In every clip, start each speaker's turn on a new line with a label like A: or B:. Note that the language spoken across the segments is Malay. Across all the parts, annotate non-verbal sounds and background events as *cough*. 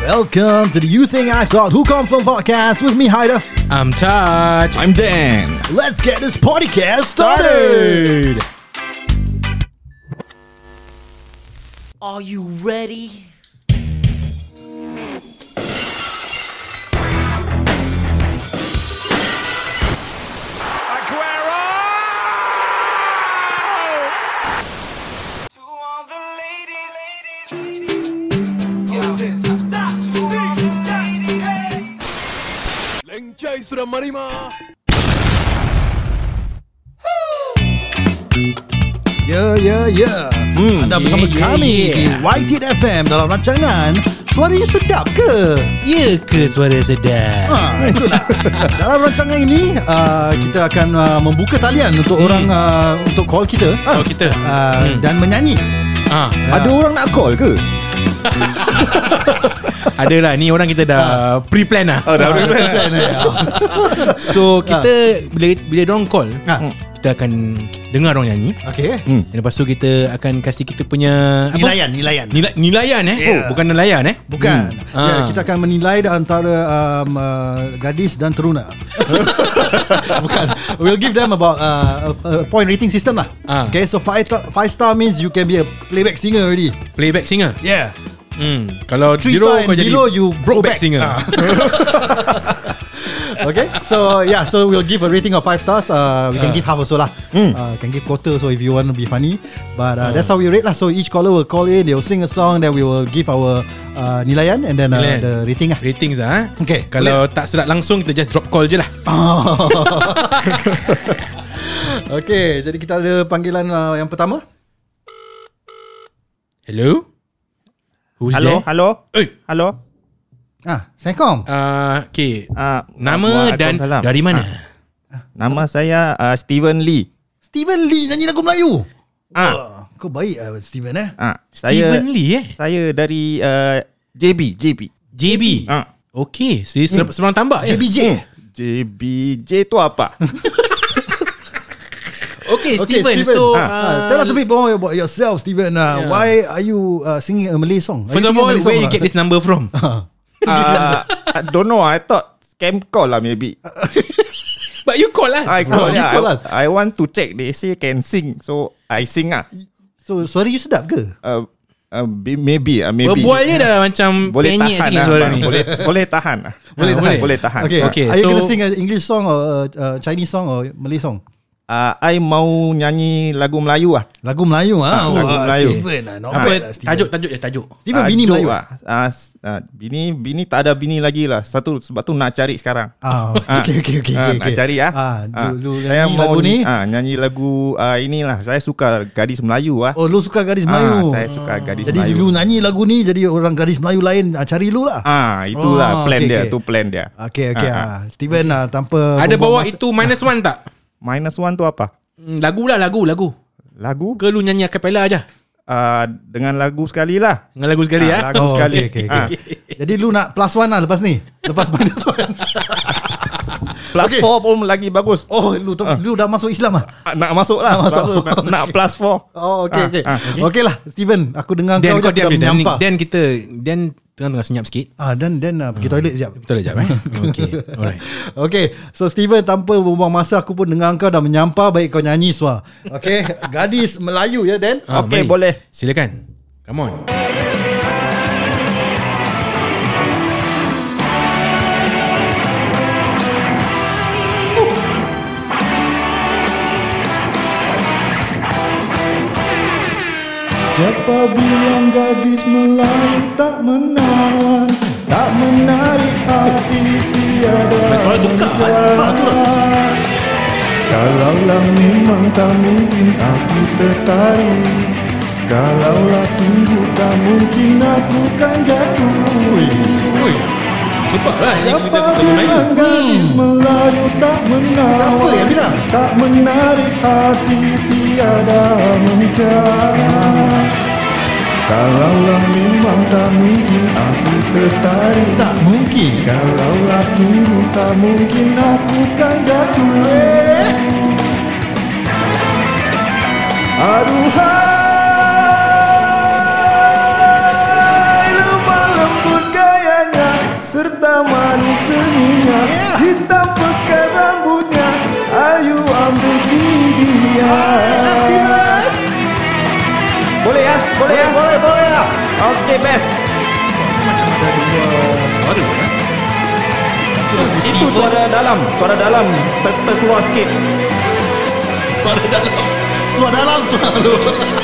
A: Welcome to the You Think I Thought Who Come From podcast with me, Hyder.
B: I'm Taj.
C: I'm Dan.
A: Let's get this podcast started.
D: Are you ready?
E: To all the ladies, ladies, ladies. Yo. Stop. To all the ladies, ladies.
A: Ya, ya, ya. Anda bersama
B: yeah,
A: kami
B: yeah.
A: di YTN FM dalam rancangan Suaranya Sedap ke?
B: Ya ke suara sedap?
A: Ha, itulah. Dalam rancangan ini uh, kita akan uh, membuka talian untuk hmm. orang uh, untuk call kita.
B: Call Oh, kita.
A: uh, hmm. dan menyanyi. Ya.
B: Ah,
C: Ada orang nak call ke?
B: adalah ni orang kita dah
A: Ah.
B: pre-plan lah.
C: Oh, dah orang
A: ya.
B: *laughs* So
A: Ah.
B: kita bila bila dia orang call, hmm,
A: Ha.
B: kita akan dengar orang nyanyi.
A: Okey.
B: Dan lepas tu kita akan kasih kita punya
A: Nilaian, nilaian.
B: Nilai, nilaian eh
A: Yeah.
B: oh, Bukan nelayan eh
A: Bukan.
B: Hmm.
A: Ya,
B: Ah.
A: kita akan menilai di antara um, uh, gadis dan
B: *laughs*
A: teruna. Bukan. We'll give them about uh, a, a point rating system lah.
B: Ah.
A: Okay, so five ta- five star means you can be a playback singer already.
B: Playback singer
A: Yeah.
B: hmm. Kalau
A: Three
B: zero
A: star
B: kau
A: and
B: jadi
A: below you go back.
B: Brokeback singer *laughs*
A: Ah. Okay, so yeah, so we'll give a rating of five stars. Uh, we can
B: Ah.
A: give half also lah. Uh, can give quarter so if you want to be funny. But uh,
B: Ah.
A: that's how we rate lah. So each caller will call in, they will sing a song, then we will give our uh, nilaian and then uh,
B: Nilaian.
A: the rating lah.
B: Ratings lah eh.
A: Okay,
B: Kalau tak sedap langsung Kita just drop call je lah
A: *laughs* Okay, jadi kita ada panggilan uh, yang pertama.
B: Hello Who's
F: Hello,
B: there?
F: hello,
B: Oi,
F: hello.
A: Ah, Assalamualaikum.
B: uh, Okay
F: Ah,
B: Nama dan
F: Waalaikumsalam.
B: Dari mana
F: Ah, nama saya uh, Steven Lee.
A: Steven Lee nyanyi lagu Melayu.
F: Ah,
A: Oh, kau baik uh, Steven eh.
F: ah, saya
B: Steven Lee eh
F: saya dari uh, JB, JB.
B: JB
F: Ah,
B: Okay so, hmm. Seberang
A: Ah,
B: tambak je
A: JBJ.
F: JB, J tu
B: *laughs*
F: apa?
B: Okay, Steven, So
A: Ah, ah,
B: uh,
A: tell us a bit more about yourself, Steven. Uh, Why are you uh, singing a Malay song? Are
B: First of
A: singing a
B: all
A: Malay
B: Where
A: song
B: you
A: or
B: get
A: not?
B: this number from
F: Ah, I don't know. I thought scam call lah
B: *laughs*
F: maybe.
B: But you call us
F: I call,
A: you
F: yeah,
A: call
F: I,
A: us.
F: I want to check. They say can sing, so I sing ah.
A: *laughs* So suara you sedap ke?
F: Uh, uh, be- maybe, uh, maybe.
B: Berbual je dah macam
F: boleh
B: Penyek
F: tahan
B: sikit
F: lah,
B: suara
F: bang.
B: ni
F: Boleh, boleh tahan. ah.
B: Boleh
F: Ah,
B: tahan.
F: Boleh tahan.
A: Okay,
B: Okay,
A: okay. Are you
B: so-
A: going to sing an English song or a, a Chinese song or Malay song?
F: Ah, I mau nyanyi lagu Melayu ah.
A: Lagu Melayu ah.
F: lagu
A: Wah,
F: Melayu.
A: Steven ah, not bad
B: Apa
A: lah, Steven.
B: tajuk Tajuk je tajuk
A: Steven bini
F: Tajuk
A: Melayu.
F: lah. Ah, s- ah, bini bini tak ada bini lagi lah. Satu sebab tu nak cari sekarang.
A: Ah, *laughs* okay, okay, okay,
F: Ah,
A: okay,
F: nak
A: okay.
F: cari ah.
A: Ah,
F: Ah,
A: dulu
F: saya
A: nyanyi
F: mau
A: lagu ni.
F: ni ah nyanyi lagu ah inilah. Saya suka gadis Melayu ah.
A: Oh, lu suka gadis
F: ah,
A: Melayu.
F: saya suka gadis
A: Jadi lu
F: Melayu.
A: nyanyi lagu ni jadi orang gadis Melayu lain ah, cari lu lah.
F: Ah,
A: Oh,
F: itulah plan
A: okay,
F: dia,
A: okay.
F: tu plan dia.
A: Okay, okay.
F: Ah,
A: Ah, Steven ah, tanpa
B: Ada
A: buang-buang
B: bawa
A: masa-
B: itu minus one tak?
F: Minus one tu apa?
B: Hmm, Lagu lah lagu lagu
F: Lagu
B: Ke lu nyanyi acapella aja
F: ah dengan lagu sekali lah.
B: Dengan lagu sekali
F: Ah,
B: ya
F: lagu
A: Oh,
F: sekali.
A: okay, okay,
F: Ah,
A: okay. Jadi lu nak plus one lah lepas ni. Lepas *laughs* minus one.
F: plus four pun lagi bagus.
A: Oh, lu, uh. lu dah masuk Islam ah.
F: Ah, nak masuk lah.
A: Nak masuk.
F: Bagus, *laughs* Nak, nak plus four.
A: Oh, okay,
F: Ah,
A: okay.
F: ah,
A: okay. lah, Steven. Aku dengar
B: Dan
A: kau,
B: kau
A: je, aku
B: diam je
A: dah
B: Dan,
A: menyampah.
B: Dan kita Dan tengah-tengah senyap sikit
A: Ah, dan dan uh, pergi toilet sekejap.
B: Kita dah jap
A: *laughs*
B: eh Okay alright
A: Okay, so Steven tanpa buang masa aku pun dengar kau dah menyampah baik kau nyanyi suar. *laughs* Okay, gadis Melayu ya Dan.
B: Ah,
F: Okay, boleh.
B: Silakan Come on
G: Siapa bilang gadis Melayu tak menawan Tak menarik hati tiada
B: Mas Farah tukar, lah. kan?
G: hiasan. Kalaulah memang tak mungkin aku tertarik Kalaulah sungguh tak mungkin aku kan jatuh
B: Ui Cepat lah ini kita
G: Siapa
B: kita Melayu
G: bilang gadis
B: Hmm.
G: Melayu tak menawan
A: Siapa yang bilang?
G: Tak menarik hati tiada mengikat Kalaulah memang tak mungkin aku tertarik
A: Tak mungkin.
G: Kalaulah sungguh tak mungkin aku kan jatuh Aduhai lemah lembut gayanya Hitam pekat rambutnya Ayu ambil sini dia
C: Boleh ya? Boleh ya? Boleh, boleh ya. Okay, best. Macam ada dua suara Itu suara dalam Suara dalam ter Terkeluar sikit
B: Suara dalam Suara dalam Suara dalam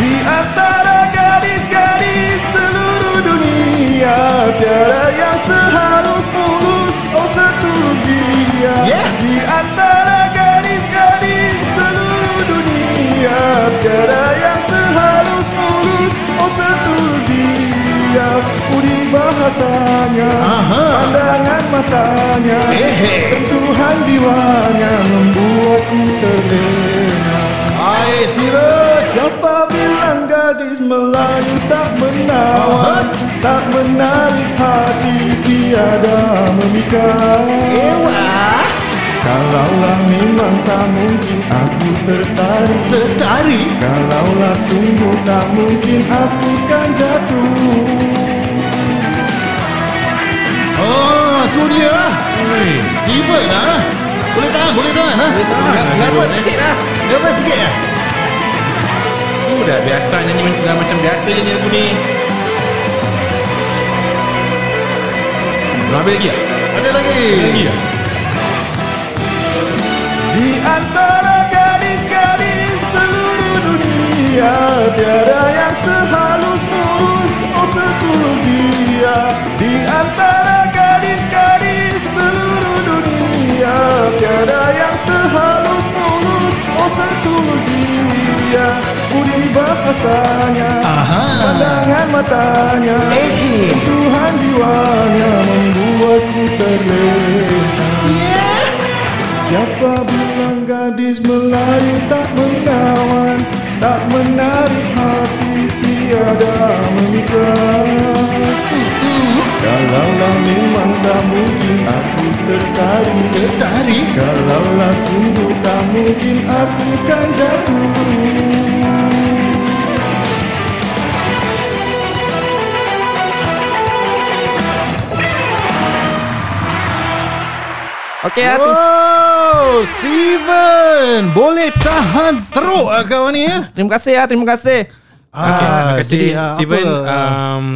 G: Di antara gadis-gadis seluruh dunia Tiada yang seharus mulus Oh setulus dia
C: Yeah.
G: Di antara gadis-gadis seluruh dunia Tiada yang seharus mulus Oh setulus dia Budi bahasanya Pandangan matanya Sentuhan jiwanya Membuatku terlena
C: Hai, Steven
G: Siapa bilang gadis Melayu tak menawan Tak menarik hati tiada memikat
C: Wah
G: Kalaulah memang tak mungkin aku tertarik
A: Tertarik
G: Kalaulah sungguh tak mungkin aku kan jatuh
A: Oh tu dia Steven lah Boleh tahan Boleh tahan ha? Boleh tahan Nervous sikit lah Nervous sikit lah
B: ah. Oh, dah biasa nyanyi macam dah macam biasa je nyanyi lagu ni. Belum habis lagi ya?
A: Ada lagi
B: Lagi ya?
G: Di antara gadis-gadis seluruh dunia Tiada yang sehalus mulus Oh setulus dia Di antara gadis-gadis seluruh dunia Tiada yang sehalus mulus Oh setulus dia Budi bahasanya
A: Aha.
G: Pandangan matanya Sentuhan jiwanya Membuatku terlena Siapa bilang gadis Melayu tak menawan Tak menarik hati tiada memikat Kalaulah memang tak mungkin aku tertarik
A: Oh, Tertarik
G: Kalaulah sungguh tak mungkin aku kan jatuh
F: Okay, ya.
A: Wow Steven Boleh tahan teruk lah kau ni ya
F: Terima kasih ya, terima kasih.
B: Okay, terima
A: Ah,
B: kasih
A: jadi, ah,
B: Steven.
A: apa, ah,
B: Um,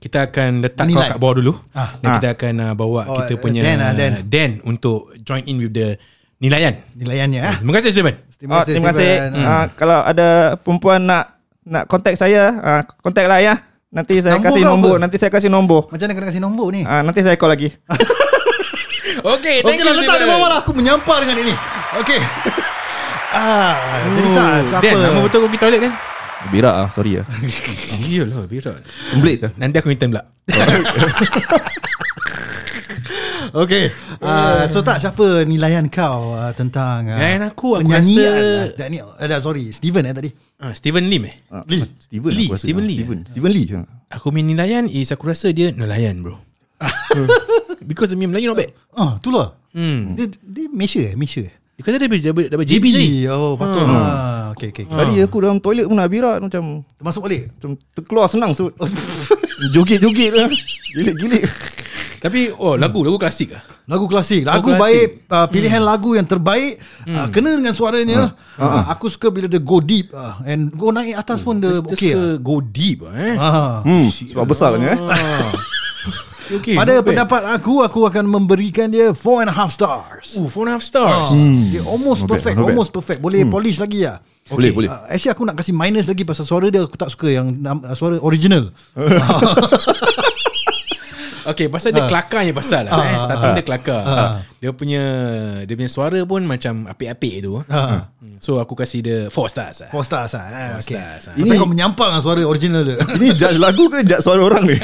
B: kita akan letak kau
A: Nilai.
B: kat bawah dulu.
A: Ah.
B: Dan kita akan uh, bawa
A: Oh,
B: kita
A: eh,
B: punya
A: Dan, ah, Dan.
B: Dan untuk join in with the nilaian.
A: Nilaiannya ah.
B: Terima kasih Steven.
A: Terima
F: Oh,
A: kasih
F: terima kasih.
A: Steven. Ah.
F: Hmm. Uh, kalau ada perempuan nak nak kontak saya, uh, kontak lah ya. Nanti saya
A: Nombor
F: kasih
A: kau
F: nombor,
A: apa?
F: nanti saya kasih nombor.
A: Macam mana kena kasi nombor ni
F: Uh, nanti saya call lagi.
B: Okay,
A: Okey lah letak di bawah lah Aku menyampar dengan ini Okey *laughs* ah, Jadi tak siapa
B: Oh, Dan, lama betul kau pergi toilet Dan?
F: Birak ah, sorry ya.
B: Iyalah, birak.
F: Semblit dah.
B: Nanti aku minta pula.
A: Okay uh, So tak siapa nilaian kau uh, Tentang uh,
B: Nilaian aku, aku
A: Penyanyian
B: rasa-
A: lah. Daniel, eh, dah, Sorry Steven eh tadi
B: Ah, Steven Lim eh?
F: Ah,
A: Lee.
F: Steven
B: Lee,
F: aku rasa.
B: Steven
F: Ah,
B: Lee.
F: Steven, Steven Lee. ah.
B: Aku punya nilaian is aku rasa dia
A: *laughs*
B: nelayan bro. Because demi Melayu not bad.
A: Oh tu lah
B: Hmm.
A: Dia, dia Malaysia eh Malaysia eh
B: Dia kata dia double, double JB tadi.
A: Oh patut
B: Ah.
A: lah Okay okay okay.
F: Tadi aku dalam toilet pun nak birak macam
A: Masuk balik
F: macam terkeluar senang so. *laughs* Joget-joget lah. Gilik-gilik.
B: Tapi oh lagu lagu klasik ah.
A: Lagu klasik Lagu
B: Lagu klasik.
A: baik uh,
B: Hmm.
A: Pilihan lagu yang terbaik uh, Kena dengan suaranya uh,
B: Ah.
A: Aku suka bila dia go deep uh, And go naik
B: Hmm.
A: atas pun dia
B: Dia
A: okay
B: suka
A: lah.
B: go deep ah, eh.
A: Ah.
F: Hmm, sebab besar kan eh.
B: *laughs* Ah. okay,
A: Pada
B: not bad.
A: pendapat aku Aku akan memberikan dia Four and a half stars
B: Oh, four and a half stars.
A: Hmm. Dia almost
F: Not bad,
A: perfect
F: not bad.
A: Almost perfect Boleh polish lagi lah
F: Hmm. Boleh, boleh.
A: Uh, actually aku nak kasih minus lagi Pasal suara dia Aku tak suka yang nam- uh, Suara
F: *laughs*
A: original
B: Okay, pasal dia kelakar je pasal lah. eh. Starting dia kelakar. Ah. Dia punya dia punya suara pun macam apik-apik tu.
A: Ah.
B: Hmm. So aku kasih dia four stars lah.
A: Four stars lah eh,
B: Four
A: okay.
B: stars, ah.
A: Pasal kau menyampang dengan suara original dia
C: Ini judge lagu ke judge suara orang ni?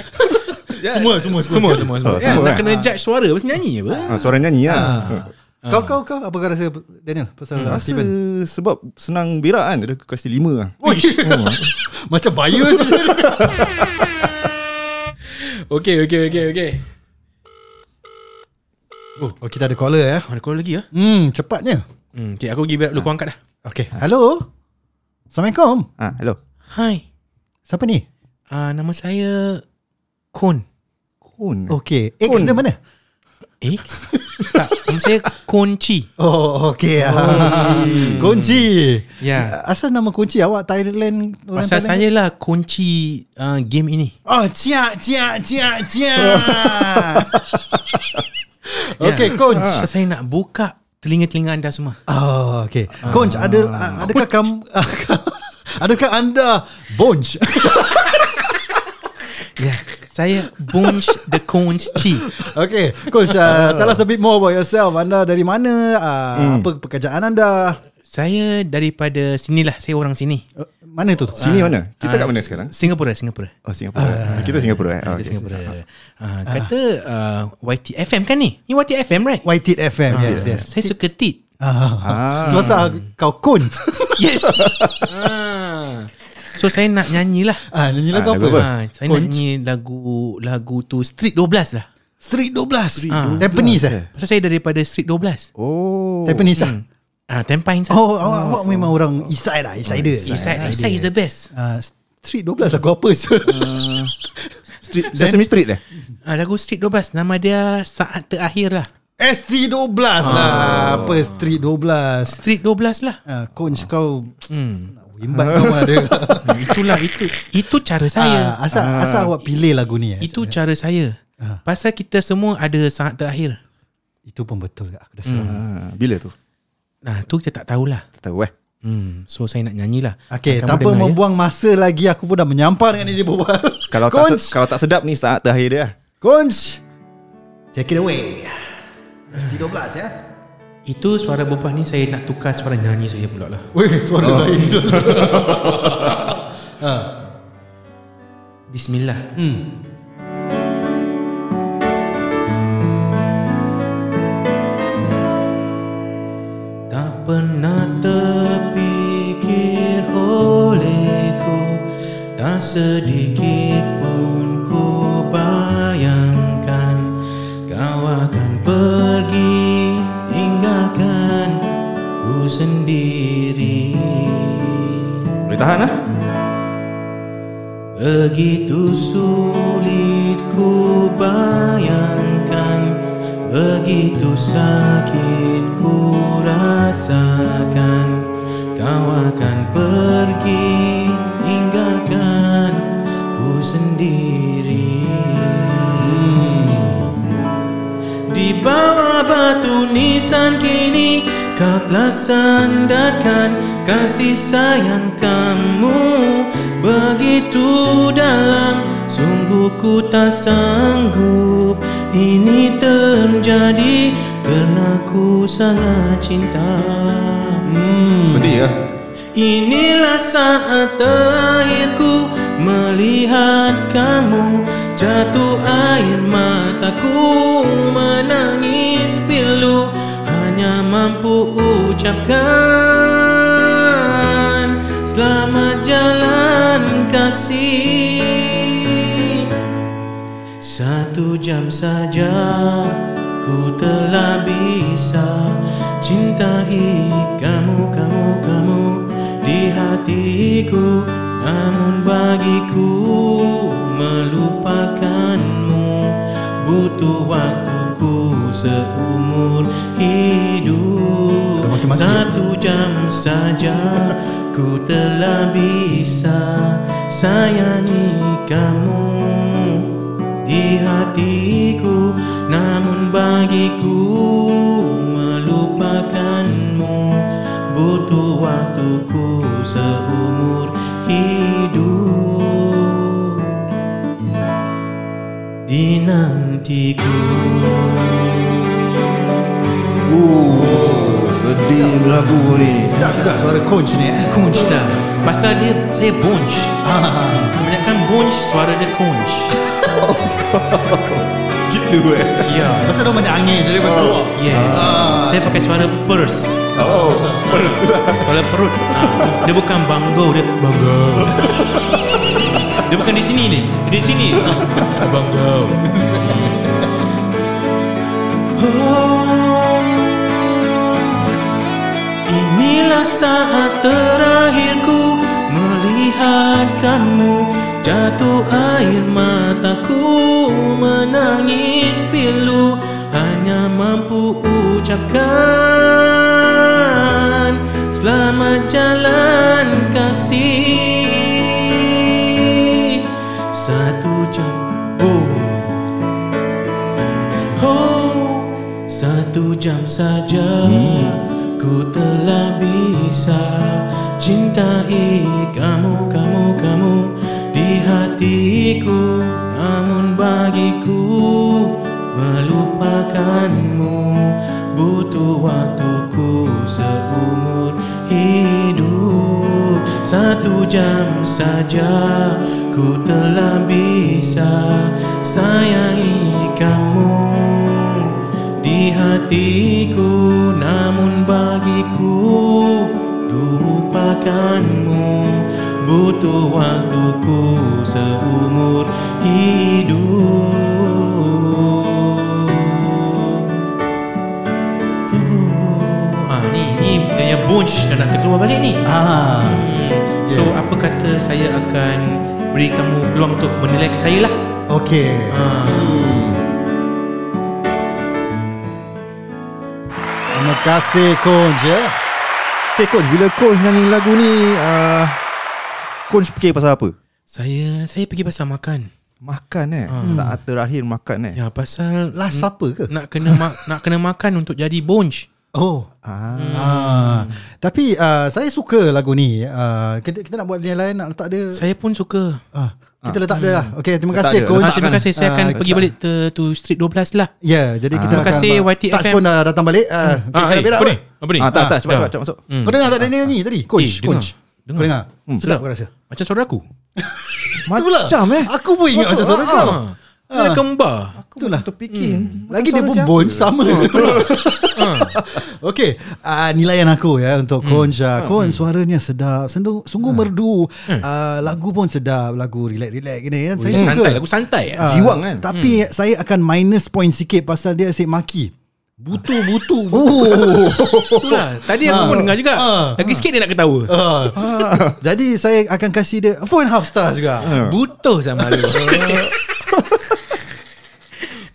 B: Semua, semua, Ya, semua, semua, semua.
F: Ah,
B: Ya,
F: semua,
B: nak
F: eh.
B: kena judge suara, pasal nyanyi je apa?
F: Ah, kan? suara nyanyi lah.
A: Kau kau kau Apa kau rasa Daniel Pasal uh,
F: Hmm. Rasa
A: Steven
F: sebab senang birak kan Dia kasi lima lah *laughs*
A: Macam bias je
B: Okay, okay, okay, okay.
A: Oh kita ada caller ya
B: Mana call lagi ya?
A: Hmm cepatnya
B: Hmm, okay, aku pergi berak dulu. Kau angkat dah.
A: Okay Hello Assalamualaikum
F: ah, Hello
B: Hai,
A: Siapa ni
B: uh, nama saya Kun.
F: kun.
A: Okay X dia mana?
B: Eh? tak, nama saya Kunci.
A: Oh okay Kunci *laughs* Kunci
B: Ya.
A: Uh, Asal nama kunci awak Thailand orang
B: Pasal
A: Thailand
B: saya lah kunci uh, game ini.
A: Oh cia cia cia cia *laughs* Okay
B: Ya.
A: Kunci
B: Pasal saya nak buka telinga-telinga anda semua.
A: Oh, okay. Conch, ada, ah, adakah kamu... *laughs* Adakah anda Bonch? *laughs*
B: Ya. Saya Bunch the Kunci.
A: okay, Conch, uh, tell us a bit more about yourself. Anda dari mana? Uh,
F: Hmm.
A: Apa pekerjaan anda?
B: Saya daripada sinilah, saya orang sini.
A: Uh, mana tu?
F: Sini mana? Kita
B: Ah,
F: kat mana sekarang?
B: Singapura, Singapura.
F: Oh Singapura. kita Singapura eh. Oh,
B: Okay.
F: okay.
B: Singapura. Uh, kata uh, YTFM kan ni? Ni YTFM right?
A: YTIT FM,
B: Ah,
A: yes, yes.
B: Saya suka tit.
A: Ah. Tu pasal kau
F: *laughs*
A: Conch.
B: Yes. ah. So saya nak nyanyi lah.
A: ah, nyanyi lagu
F: Ah,
A: apa?
F: lagu apa?
B: Ah, saya nak nyanyi lagu lagu tu Street 12 lah.
A: Street 12. Ah. Tampines eh?
B: Pasal saya daripada Street 12.
F: Oh.
A: Tampines ah?
B: Ah, Tempines. lah.
A: Oh, awak, awak memang orang East Side lah. East Side
B: East Side, East Side is the best.
A: Ah, Street 12 lagu apa?
B: *laughs* Street,
F: Sesame Street eh?
B: ah, lagu Street 12 nama dia saat terakhir lah.
A: SC12 lah. Apa Street 12?
B: Street 12 lah.
A: Ah, coach kau hmm. Imbat kau ada
B: Ah, *laughs* itulah itu itu cara
A: ah,
B: saya.
A: Asal Ah. asal awak pilih lagu ni eh?
B: itu cara saya. Pasal kita semua ada saat terakhir.
A: Itu pun betul Aku dah serang hmm.
F: Ah, bila tu?
B: Nah, Ah, tu kita tak tahulah.
F: Tak tahu eh.
B: Hmm, so saya nak nyanyilah.
A: Okay
B: Kamu
A: tanpa
B: dengar, ya?
A: membuang masa lagi Aku pun dah menyampar dengan dia berbual
F: Kalau tak se- kalau tak sedap ni saat terakhir dia. eh.
A: Coach Check it away SC12 ya
B: Itu suara bopah ni saya nak tukar suara nyanyi saya pula lah.
A: Weh suara oh. lain
B: Bismillah. Tak pernah terfikir olehku Tak sedikit pun ku bayangkan Kau akan pergi tinggalkan ku sendiri
F: Boleh tahan ah?
B: Begitu sulit ku bayangkan Begitu sakit ku rasakan Kau akan pergi tinggalkan ku sendiri di bawah batu nisan kini Kau telah sandarkan kasih sayang kamu Begitu dalam Sungguh ku tak sanggup Ini terjadi Kerana ku sangat cinta
F: Sedih ah.
B: Inilah saat terakhirku melihat kamu Jatuh air mataku menangis pilu Hanya mampu ucapkan Selamat jalan kasih satu jam saja ku telah bisa cintai kamu, kamu, kamu di hatiku Namun bagiku melupakanmu butuh waktuku seumur hidup
A: maki-maki.
B: Satu jam saja ku telah bisa sayangi kamu di hatiku Namun bagiku melupakanmu Butuh waktuku seumur hidup Dinantiku
F: Oh, sedih lagu ni.
A: Sedap juga suara coach ni eh
B: Kunch lah Pasal dia, saya bunch
F: Ah.
B: *laughs* Kebanyakan bunch, suara dia kunch
F: *laughs* Gitu eh.
B: Ya
A: Pasal dia banyak angin Jadi betul
B: Yeah. Saya pakai suara purse
F: Ah. Oh, perus lah.
B: Suara perut Ah, Dia bukan banggo Dia banggo Dia bukan di sini ni Di sini Ah, Banggo Hmm. Oh,
F: Oh.
B: Inilah saat terakhirku Melihat kamu Jatuh air mataku menangis pilu Hanya mampu ucapkan Selamat jalan kasih Satu jam Oh Oh Satu jam saja Ku telah bisa Cintai kamu, kamu, kamu Di hatiku Namun bagiku Melupakanmu Butuh waktuku Seumur hidup Satu jam saja Ku telah bisa Sayangi kamu di hatiku namun bagiku lupakanmu butuh waktuku seumur hidup Huh. ah, ni, ni gaya bunch dah nak terkeluar balik ni
A: Ah.
B: Hmm. So apa kata saya akan beri kamu peluang untuk menilai ke saya lah
A: Okay.
B: ah.
A: Hmm. Terima kasih coach ya.
F: Okay coach Bila coach nyanyi lagu ni
A: ah,
F: uh, Coach fikir pasal apa?
B: Saya saya pergi pasar makan
F: Makan eh Saat terakhir makan eh
B: Ya pasal
A: Last supper ke?
B: Nak kena *laughs* ma- nak kena makan untuk jadi bonj.
A: Oh. Ah. ah. Tapi uh, saya suka lagu ni. Uh, kita kita nak buat nilai nak letak dia.
B: Saya pun suka.
A: ah. Kita letak dia lah. Okay, terima
F: Letak
A: kasih
F: dia,
A: coach.
B: Ah,
F: letak
B: terima
F: kan?
B: kasih saya
A: Ah,
B: akan
A: kita-
B: pergi balik to, to Street 12 lah.
A: Ya, yeah, jadi kita
B: Terima kasih,
A: akan
B: YTFM.
A: Touch pun dah datang balik. Ah, kita nak
B: eh,
A: berak
B: apa
A: apa?
B: ni? Apa ni?
F: Ah, tak, tak, cepat,
B: dah.
F: cepat, cepat masuk.
B: Hmm.
A: Kau dengar tak dia nyanyi tadi? Coach,
B: dengar.
A: coach.
B: Dengar.
A: Kau dengar?
F: Hmm.
A: Sedap kau rasa?
B: Macam suara aku.
A: Macam eh. Aku pun ingat macam suara kau.
B: Ah.
A: Ah.
B: Suara kembar.
A: Itulah. Hmm.
F: Terfikir
A: Lagi dia pun bone sama. *laughs*
B: Hmm.
A: Okey, uh, nilaian aku ya untuk Konj. Uh,
B: Hmm.
A: Konj suaranya sedap, sendung, sungguh merdu. Uh, lagu pun sedap, lagu relax-relax gini kan. Saya suka.
B: Oh, Santai, lagu santai. Hmm.
A: Ah,
F: Jiwang kan?
A: Tapi saya akan minus point sikit pasal dia asyik maki. Butu, butu. Oh.
B: *laughs* Itulah. Tadi aku pun dengar juga.
A: Ah.
B: Lagi sikit dia nak ketawa.
A: Ah. Jadi saya akan kasih dia four and a half stars juga.
B: Ah. Butuh sama *laughs* lu.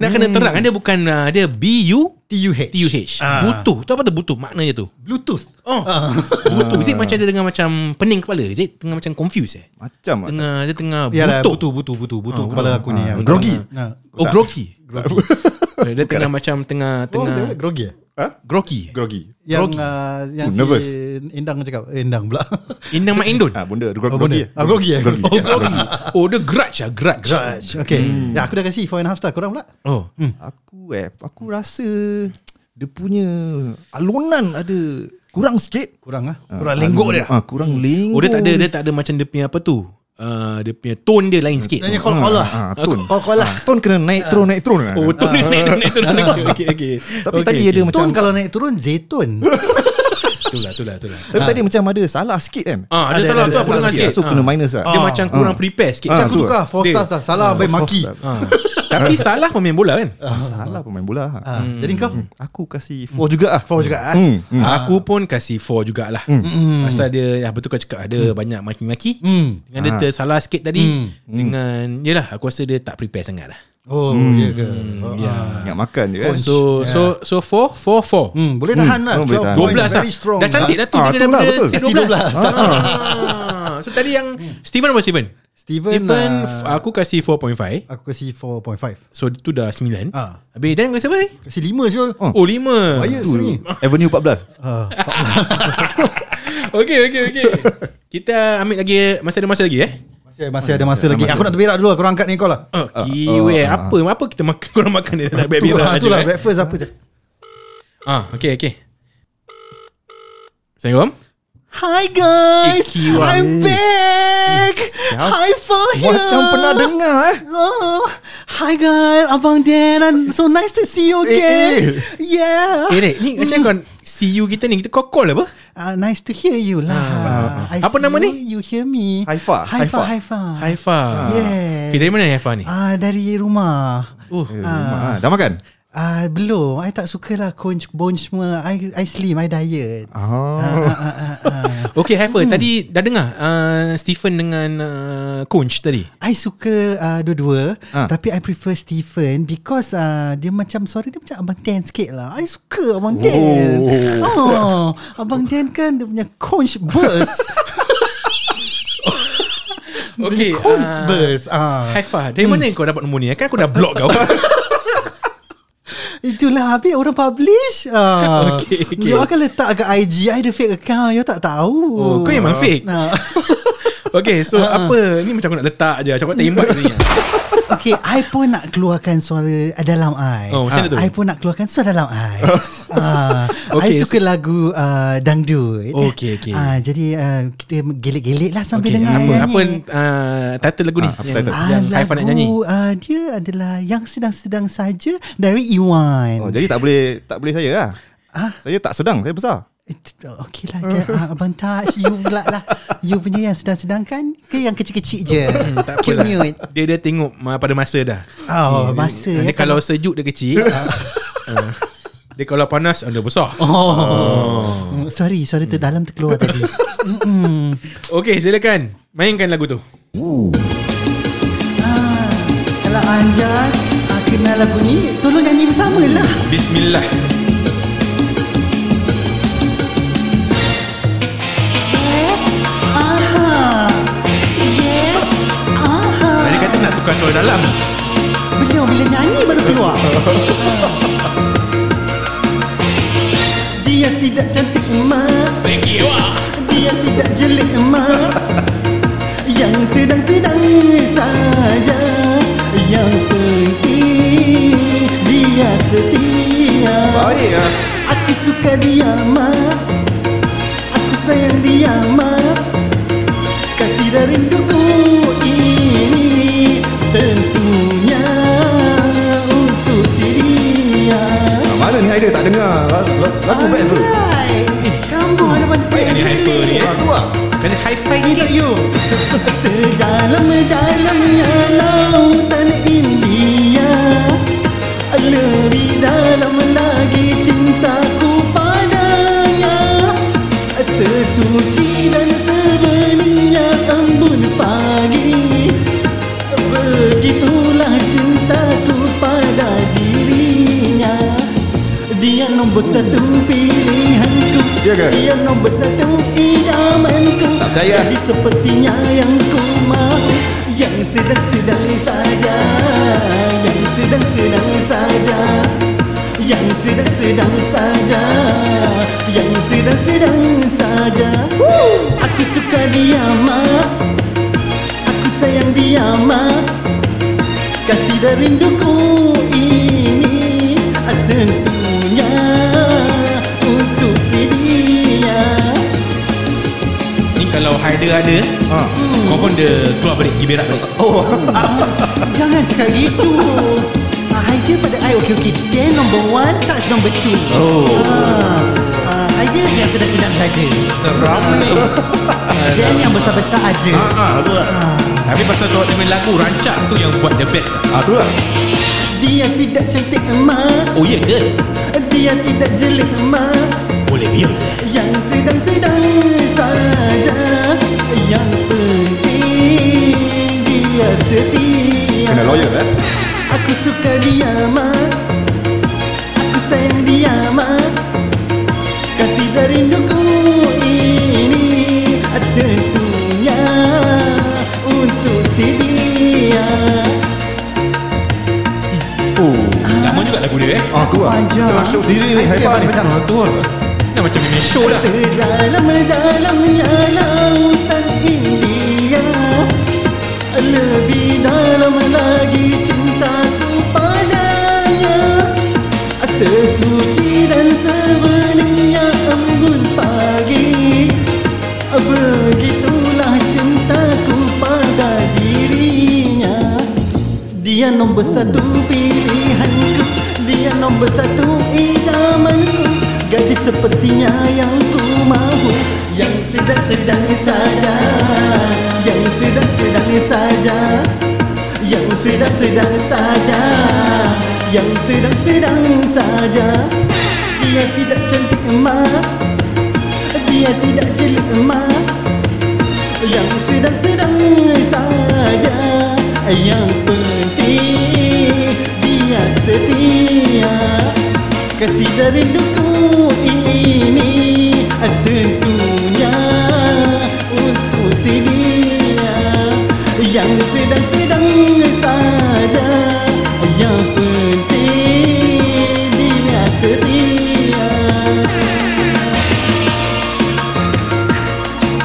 B: Nak kena terang dia bukan ah, dia B U
A: TUH.
B: TUH.
A: Ah.
B: Butuh. Tu apa tu butuh? Maknanya tu.
A: Bluetooth.
B: Oh. Butuh. Is it macam dia tengah macam pening kepala? Is it tengah macam confused eh?
F: Macam ah.
B: Tengah dia tengah
A: Yalah,
B: butuh.
A: butu, butu, butu, butu kepala aku ni. ya.
B: Ah, butuh.
A: Grogi.
B: Ah.
A: Nah.
B: Oh grogi. Eh, *laughs* Dia tengah macam tengah tengah
A: grogi eh?
B: grogi.
F: Grogi
A: Yang
B: Grogi.
A: uh, yang
F: Oh, nervous.
A: si Endang cakap eh, Endang pula
B: Indang mak Indon.
F: Ah benda grogi.
A: Oh, benda. Ah, grogi eh?
B: Oh *laughs* grogi. Oh dia grudge ah grudge.
A: Grudge Okay hmm. ya, Aku dah kasih 4 and a half star Korang pula
B: Oh.
F: Aku eh aku rasa dia punya alunan ada kurang sikit.
A: Kurang lah
F: Ah,
A: Kurang lenggok
F: alun-
A: dia
F: Ah kurang lenggok.
B: Oh dia tak ada dia tak ada macam dia punya apa tu? Ah, dia punya tone dia lain sikit.
A: Dia call-call lah
F: Ah, tone.
A: Call-call lah
F: Tone kena naik turun naik turun.
B: Oh tone dia naik naik tone. Okey okey.
F: Tapi tadi ada macam
A: Tun kalau naik turun
F: *laughs*
A: Zaitun
B: itulah itulah itulah.
F: tapi tadi macam ada salah sikit kan.
B: Ah, ada,
A: Ada-
B: salah
A: ada
B: tu
A: salah
B: aku dengar
F: sikit
B: sikit.
F: lah. So,
B: Ah.
F: kena minus lah.
B: Dia
A: Ah.
B: macam kurang prepare sikit.
A: Macam
F: Ah,
A: aku
F: tu
A: tukar
F: lah.
A: 4
B: Dia-
A: stars lah Salah baik maki
B: Ah.
F: *laughs*
B: Tapi salah pemain bola kan?
F: Ah, Oh, salah pemain bola. lah.
A: Ah, Jadi kau
F: Aku kasih 4 juga ah.
A: 4 juga ah.
F: Hmm. hmm.
B: Aku pun kasih 4 jugalah. Mm. Pasal dia ya betul kau cakap ada banyak maki-maki.
A: Hmm.
B: Dengan
F: Ah.
B: dia tersalah sikit tadi
F: Hmm.
B: dengan yalah aku rasa dia tak prepare sangat lah.
A: Oh
F: Hmm.
A: ya ke Oh, ah.
F: Ingat makan je kan.
B: So so so 4 4 4.
A: Hmm, Boleh tahan lah
F: Oh, boleh tahan.
B: 12
A: points,
B: lah.
A: Very strong
B: Dah cantik dah tu
F: Ah,
B: dia
F: tu lah,
B: daripada
F: betul.
B: state
A: State
B: 12.
A: 12.
B: Ah. So tadi yang Steven apa Steven?
A: Steven,
B: Steven
F: lah.
A: ah,
B: aku kasih 4.5.
A: Aku kasih 4.5
B: So tu dah 9.
A: Ah.
B: Habis dan kasi apa ni?
A: Kasih 5 Syul
F: Oh.
B: Oh 5.
A: Bias ni
F: Avenue 14.
A: Ah,
B: Okey okey
F: *laughs*
B: okey. Kita ambil lagi masa ada masa lagi eh.
A: Masih masih ada masa lagi Aku nak terberak dulu lah Korang angkat ni kau lah
B: Oh, kiwi apa apa kita makan *laughs* korang makan dia tak
A: Tu
B: bebel
A: lah,
B: lah.
A: tu lah
B: je, eh.
A: breakfast apa je
B: Ah, okey okey. Assalamualaikum.
A: Hi guys,
B: Eh, Kiwa.
A: I'm back. Hi for you.
F: Macam pernah dengar eh.
A: Oh, hi guys, Abang Dan. I'm so nice to see you again.
B: Eh,
A: Yeah.
B: Rek, ni macam kau see you kita ni kita kau call apa?
A: Uh, nice to hear you lah. I
B: Apa
A: see
B: nama ni?
A: You you hear me?
F: Haifa,
A: Haifa.
F: Haifa.
A: Haifa.
B: Haifa.
A: Yes.
B: Okay, dari Ah. mana ni Haifa ni?
A: Ah, dari rumah.
B: Oh.
F: Eh, rumah, ah. Dah makan?
A: Ah, belum. I tak suka lah conch bonch semua. I I slim, I diet.
F: Ah.
A: Ah, ah, ah, ah.
B: Okay Haifa hmm. Tadi dah dengar uh, Stephen dengan uh, Kunch tadi
A: I suka uh, dua-dua
B: Ha.
F: Ah.
A: Tapi I prefer Stephen Because uh, dia macam Suara dia macam Abang Dan sikit lah I suka Abang Dan *laughs* oh, Abang Dan kan Dia punya conch
B: *laughs*
A: burst
B: Okay
A: Conch
B: ah,
A: burst ah.
B: Haifa Dari mana kau dapat nombor ni Kan aku dah block *laughs* kau
A: Itulah Habis orang publish ah.
B: Okay, okay.
A: You akan letak kat IG I ada fake account You tak tahu
B: Oh, kau memang fake.
A: ah. *laughs*
B: Okay so apa Ni macam aku nak letak je Macam aku nak *laughs* tembak ni
A: Okay I pun nak keluarkan suara eh, Dalam I
B: Oh, macam mana tu?
A: I pun nak keluarkan suara dalam
B: *laughs*
A: I ah, I
B: Okay,
A: suka lagu uh, Dangdut
B: Okay, okay.
A: Ah, Jadi uh, Kita gelik-gelik lah Sambil
B: Okay,
A: dengar
B: apa,
A: I
B: apa
A: nyanyi.
B: uh, title lagu ni
F: Ah, apa
B: Yang,
F: title?
B: yang
A: Ah,
B: Haifa nak nyanyi
A: lagu uh, dia adalah yang sedang-sedang saja dari Iwan.
F: Oh, jadi tak boleh tak boleh saya lah.
A: Ah.
F: Saya tak sedang, saya besar.
A: It- Okey lah kan, ah, Abang Taj *laughs* You pula lah You punya yang sedang-sedang kan Ke yang kecil-kecil
B: *laughs*
A: je
B: Hmm, Tak
A: Cute
B: apalah.
A: mute
B: Dia dah tengok uh, pada masa dah
A: Oh masa
B: Dia
A: ya
B: kalau sejuk dia
A: *laughs*
B: kecil Ah. Dia kalau panas ah, Dia besar
A: Oh. Mm, Sorry Suara terdalam terkeluar
B: *laughs*
A: tadi Mm-mm.
B: Okay silakan Mainkan lagu tu
A: Ah, Kalau anda ah, Kenal lagu ni Tolong nyanyi bersama lah
B: Bismillah
A: ah, Yes ah,
B: Tadi kata nak tukar suara dalam
A: Belum bila nyanyi baru keluar Dia tidak cantik emak Dia tidak jelek emak Yang sedang-sedang saja Yang penting Dia setia
F: Baik ah.
A: Aku suka dia mak Aku sayang dia mak Kasih dan rinduku ini Tentunya untuk si dia
F: Ah, mana ni idea tak dengar? Lagu-
B: Ah,
F: Lagu best tu.
A: Alright Kamu ada pantai
B: Hmm. Ni Haifa ni eh
F: Ah, tu ah.
B: Kasi high five sikit
A: Sedalam-dalamnya lautan India Lebih dalam lagi cintaku padanya Sesuci dan sebeningnya embun pagi Begitulah cintaku pada dirinya Dia nombor satu pilihanku
F: Ya ke?
A: Dia nombor satu idamanku
F: Tak percaya.
A: Jadi sepertinya yang ku mahu Yang sedang-sedang saja Yang sedang-sedang saja Yang sedang-sedang saja Yang sedang-sedang saja Woo! Aku suka dia mak Aku sayang dia mak Kasih dan rinduku ini Tentunya Untuk si dia
B: Ni kalau Haider ada
F: Ah. Oh,
B: Kau pun dia keluar balik Pergi berak balik
A: Jangan cakap gitu Ah, Idea pada I Okay okay Dia number one Touch number two Oh ah, ah, Idea yang sedang-sedang saja
B: Seram ni
A: Dan yang besar-besar aja
F: Ah, ah, tu lah.
B: Tapi pasal suara dia main lagu Rancak tu yang buat the best
F: Ah, tu lah.
A: Dia tidak cantik emak
B: Oh ya ke?
A: Dia tidak jelek emak
B: Boleh ya. biar
A: Yang sedang-sedang saja Yang penting Dia setia
F: Kena lawyer eh.
A: Aku suka dia mak Aku sayang dia mak Kasih dan rinduku ini Tentunya Untuk si dia
F: Oh.
B: Lama juga lagu dia eh
F: Ah, tu lah.
A: Panjang.
F: Kita nak show sendiri
A: Ice
F: ni,
A: cream
F: Haifah ni.
A: panjang.
B: Tu lah Dah macam punya show lah. dah
A: Sedalam-dalamnya lautan India Lebih dalam lagi cintaku padanya Sesuci dan sebeningnya embun pagi Begitulah cintaku pada dirinya Dia nombor satu pilihanku Dia nombor satu idamanku Gadis sepertinya yang ku mahu Yang sedang-sedang saja Yang sedang-sedang saja Yang sedang-sedang saja Yang sedang-sedang saja Dia tidak cantik emak Dia tidak jelek emak Irma Yang sedang-sedang saja Yang penting dia setia Kasih dan rinduku ini Tentunya untuk si dia Yang sedang-sedang saja Yang penting dia setia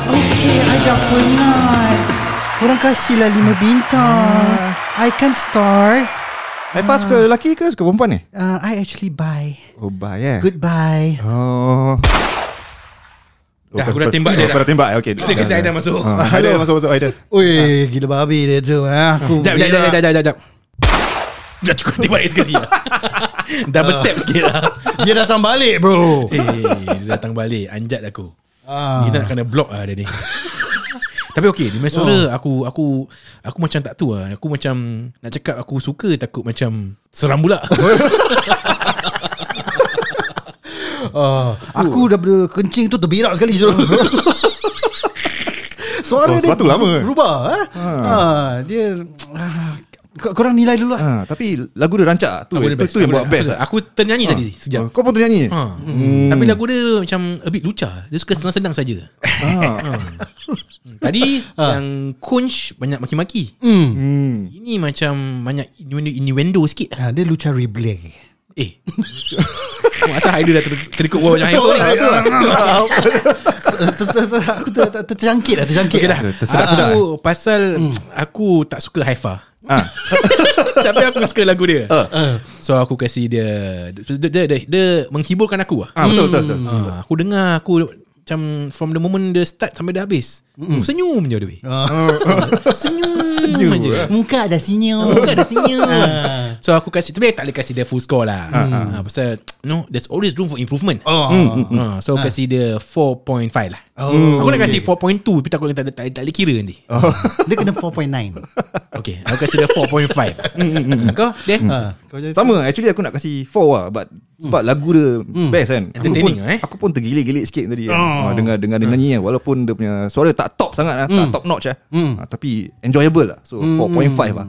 A: Okay, I dah penat Korang kasihlah lima bintang I can star
F: Haifaz suka lelaki ke Suka perempuan ni
A: uh, I actually buy
F: Oh bye eh
A: Goodbye
F: Oh
B: Dah, aku dah tembak dia
F: oh,
B: dah.
F: Kau dah tembak Okay
B: Kita kasi Aida masuk.
F: Ah,
B: *laughs*
F: Aida masuk masuk Aida
A: Ui, gila babi dia tu eh. Aku
B: Jap, jap,
A: bila-
B: jap, jap, jap, jap. Dah cukup tembak dia *laughs* sekali lah. Double tap sikit lah.
A: Dia datang balik bro
B: *laughs* Eh, dia datang balik. Anjat aku. Ah. Kita nak kena block lah
F: *laughs*
B: dia ni. Tapi okey, dia punya suara
F: Oh.
B: aku aku aku macam tak tu lah. Aku macam nak cakap aku suka takut macam seram
F: *laughs*
B: pula.
A: uh, Aku daripada kencing tu terbirak sekali
B: *laughs*
A: suruh Suara
F: Oh,
A: dia
F: sepatu lama.
A: Berubah eh? Ah, Dia ah, kor- Korang nilai dulu lah
F: Ah, tapi lagu dia rancak tu,
B: Aku
F: eh.
B: dia
F: tu,
B: best.
F: tu yang
B: Aku
F: buat
B: dia-
F: best.
B: aku- Aku ternyanyi tadi
F: Ah,
B: sekejap.
F: Kau pun ternyanyi.
B: Ha. Hmm. Tapi lagu dia macam a bit lucah. Dia suka senang-senang saja.
F: Ah.
B: Tadi yang kunch banyak maki-maki.
F: Hmm.
B: Ini macam banyak innuendo, innuendo sikit lah.
A: Ah, Dia Lucha Ribley
B: Eh. Masa Haida dah ter- terikut gua macam Haida ni.
A: *laughs* Aku ter- ter- tercangkit lah Tercangkit
B: Okay dah.
F: tersedak-sedak.
B: Aku pasal aku tak suka Haifa.
F: Ah.
B: *laughs* Tapi aku suka lagu dia. So aku kasi dia dia, dia, dia, dia menghiburkan aku lah.
F: Ah, betul betul betul.
B: Ah, aku dengar aku macam from the moment dia start sampai dia habis. Aku senyum je dia. weh. senyum, senyum je.
A: eh. Muka ada senyum Ah.
B: Bukan ada senyum. So aku kasi tapi tak boleh kasi dia full score lah. Ah, pasal no there's always room for improvement.
A: Oh.
B: Ah, so aku kasi dia 4.5 lah.
A: Oh.
B: aku nak kasi 4.2 tapi takut tak, tak, tak, tak boleh kira nanti.
A: Dia kena 4.9
B: Okay Aku kasi dia 4.5 Kau Dan
A: Ah, Kau jadi
F: Sama actually aku nak kasi 4 lah but sebab lagu dia best kan.
B: Hmm.
F: Aku pun,
B: Entertaining lah, eh. Oh. Hmm.
F: aku pun tergilik-gilik sikit tadi. Kan. Ah, dengar dengar dengar nyanyi kan. walaupun dia punya suara tak top sangat lah, tak top notch lah.
B: Hmm.
F: Ah, tapi enjoyable lah. So 4.5 lah.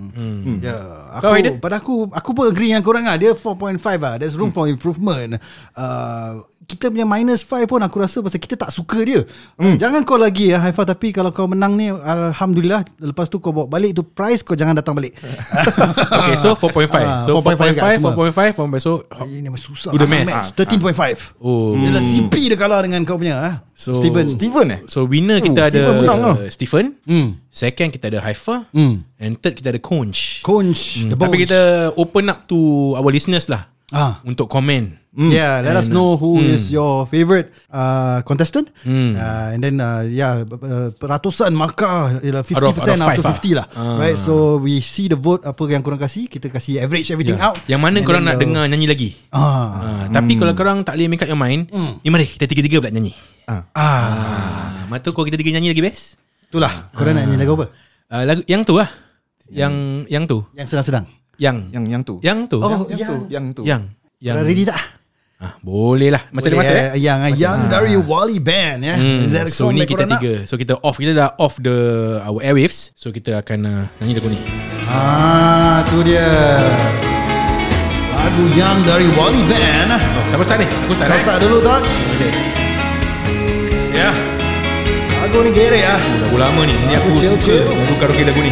A: Ya,
B: Kau,
A: aku,
B: Haida?
A: pada aku aku pun agree dengan korang lah. Dia 4.5 lah. There's room for improvement. Uh, kita punya minus 5 pun aku rasa pasal kita tak suka dia.
B: Hmm.
A: Jangan kau lagi ya Haifa tapi kalau kau menang ni alhamdulillah lepas tu kau bawa balik tu prize kau jangan datang
B: *laughs*
A: balik.
B: Okay so 4.5
A: Ah,
B: So
A: 4.5 kat
B: 4.5
A: semua.
B: 4.5 From besok
A: Ini memang susah.
B: Do the
A: Ah,
B: math.
A: maths, 13.5.
B: Oh
H: Hmm.
A: Yalah simply dia kalah dengan kau punya ah.
B: So
A: Steven.
F: Steven eh?
B: So winner kita ada uh,
F: Oh, Stephen menang lah.
B: Stephen
A: Hmm.
B: Second kita ada Haifa And third kita ada Conch
A: Conch, the
B: Hmm, Tapi
A: bones.
B: kita open up to Our listeners lah
A: Ah.
B: Untuk komen
A: Yeah, let us know who
B: Hmm.
A: is your favorite uh, contestant. Uh, and then uh, yeah, b- uh, peratusan markah ialah 50%
B: Out of- out of
A: up
B: five
A: to 50
B: ah.
A: lah. Right? So we see the vote apa yang korang kasih, kita kasih average everything out.
B: Yang mana
A: And then
B: korang nak
A: the-
B: dengar nyanyi lagi
A: Ah.
B: Ah, Tapi kalau korang tak boleh make up your mind Ni mari kita tiga-tiga pula nyanyi
A: Ah,
B: Ah, Mata kau kita tiga nyanyi lagi best
A: itulah. Korang nak nyanyi lagu apa?
B: Ah, lagu, Yang tu lah Yang Yang tu
A: Yang sedang-sedang.
B: Yang
F: Yang yang tu.
B: Yang Ya. tu
A: Oh,
F: yang,
A: yang.
F: tu, yang tu.
B: Yang Yang
A: Korang ready tak?
B: ah, Boleh lah Masa ada
A: Boleh,
B: masa eh?
A: eh, Yang yang dari Wally Band ya.
B: Hmm,
A: Is that a
B: so
A: song
B: ni
A: that
B: kita
A: korang nak?
B: tiga So kita off Kita dah off the Our airwaves So kita akan uh, Nyanyi lagu ni
A: Ah, tu dia. Lagu yang dari Wally Band.
B: oh, Siapa start ni? Aku start
A: Kau
B: eh?
A: start dulu tak?
B: Ya
A: Lagu ni gerek ah.
B: Oh, Lagu lama ni Ni aku
A: Aku chill,
B: suka
A: chill.
B: Lagu karaoke lagu ni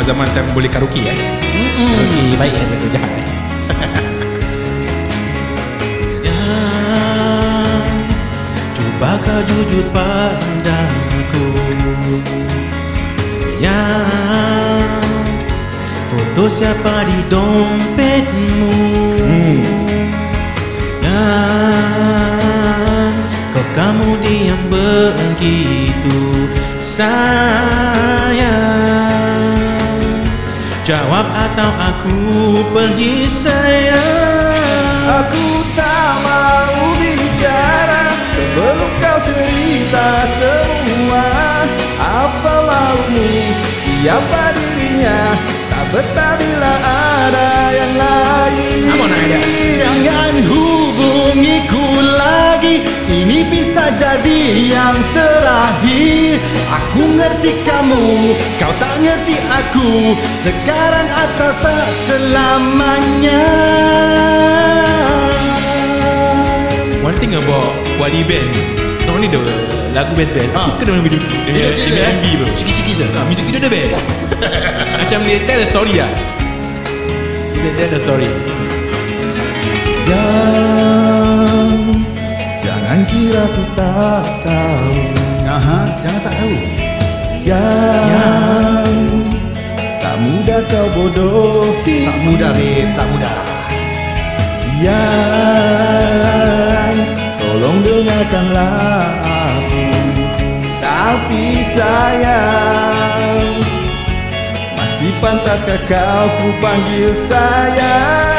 B: Zaman-zaman time boleh karaoke eh Karaoke baik eh Lagu jahat *laughs* eh Ya, Yang Cuba kau jujur padaku Yang Foto siapa di dompetmu Hmm. Dan Kau kamu diam begitu Sayang Jawab atau aku pergi sayang
G: Aku tak mau bicara Sebelum kau cerita semua Apa maumu Siapa dirinya Tak betah bila ada yang lain
B: Come on, Aida.
G: Jangan hubungiku lagi
A: lagi Ini bisa jadi yang terakhir Aku ngerti kamu Kau tak ngerti aku Sekarang atau tak selamanya
B: One thing about Wali Band Not only the lagu best-best Tapi suka dia punya video Ah. Dia punya- dia punya MV bro
H: Ciki-ciki je
B: Ah, Music video the *laughs* best Macam dia tell a story lah Dia tell a story
A: Dan Jangan kira ku tak tahu
H: Aha, Jangan tak tahu
A: Yang Tak mudah kau bodohi
H: Tak mudah babe Tak mudah
A: Yang Tolong dengarkanlah aku Tapi sayang Masih pantaskah kau ku panggil sayang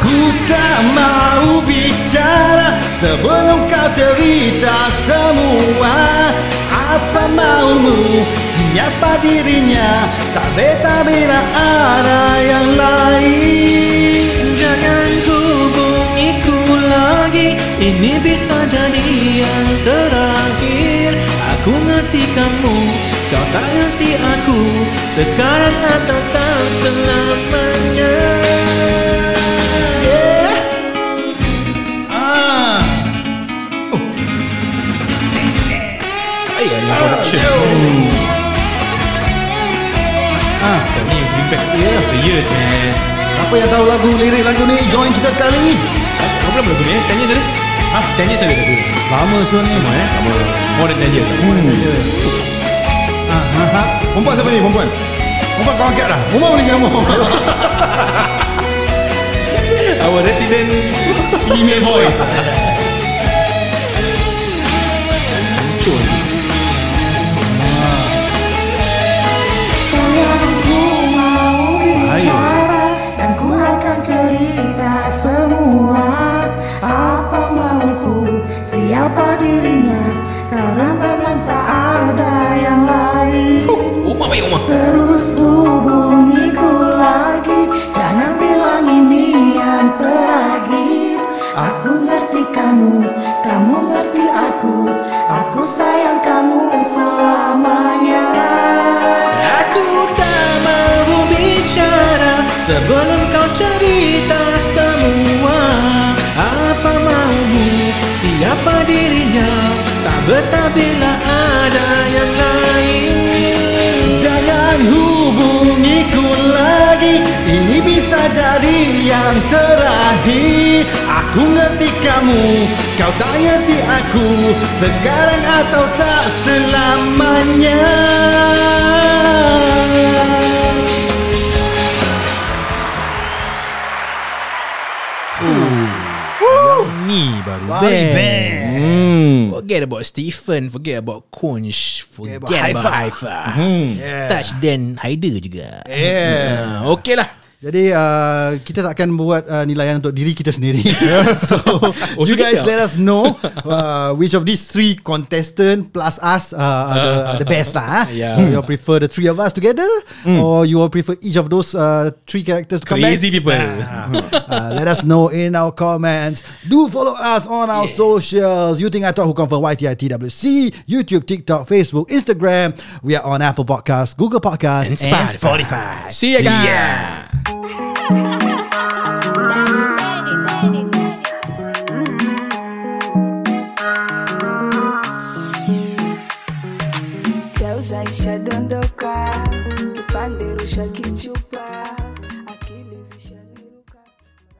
A: Aku tak mau bicara Sebelum kau cerita semua Apa maumu Siapa dirinya Tak beta bila ada yang lain
I: Jangan hubungiku lagi Ini bisa jadi yang terakhir Aku ngerti kamu Kau tak ngerti aku Sekarang atau tak selamanya
H: Ah.
B: Ayah Oh. ni
H: Oh,
B: production Ah, ni bring back the years man
H: Apa yang tahu lagu Lirik lagu ni Join kita sekali
B: Ah, Berapa lama lagu ni? eh? 10 years ada? Ah, 10 years ada lagu ni
H: Lama suruh ni
B: Lama eh? More than 10 years lah.
J: Perempuan siapa ni perempuan?
H: Umar kau angkat lah Umar boleh jamu
B: Our resident female voice
K: Sayang ku mau bicara Dan ku akan cerita semua Apa mauku Siapa dirinya Karena memang tak ada yang lain
B: Umar baik Umar
K: Terus hubungiku lagi Jangan bilang ini yang terakhir Aku ngerti kamu Kamu ngerti aku Aku sayang kamu selamanya
I: Aku tak mau bicara Sebelum kau cerita semua Apa maumu Siapa dirinya Tak betah bila ada yang lain
A: Jangan hubungiku lagi Ini bisa jadi yang terakhir Aku ngerti kamu Kau tak ngerti aku Sekarang atau tak selamanya
B: Ni baru
H: Very
B: band.
H: bad.
J: Hmm.
B: Forget about Stephen Forget about Conch Forget
H: Forget about
B: about Haifa yeah. Touch Dan Haider juga
H: Yeah.
B: uh, Okay lah
H: Jadi uh, kita tak akan buat uh, nilaian untuk diri kita sendiri. *laughs* so
B: *laughs* Oh,
H: you
B: so
H: guys
B: kita?
H: let us know uh, which of these three contestant plus us uh, are, the, are the best lah. ah.
B: Yeah. Hmm.
H: You all prefer the three of us together or you all prefer each of those uh, three characters to come back?
B: Crazy people
H: *laughs* uh, let us know in our comments. Do follow us on our socials. You think I talk who come from YTITWC, YouTube, TikTok, Facebook, Instagram. We are on Apple Podcasts, Google Podcasts, and Spotify.
B: See ya guys
E: Chauza isha dondoka, kipande rusha kichupa.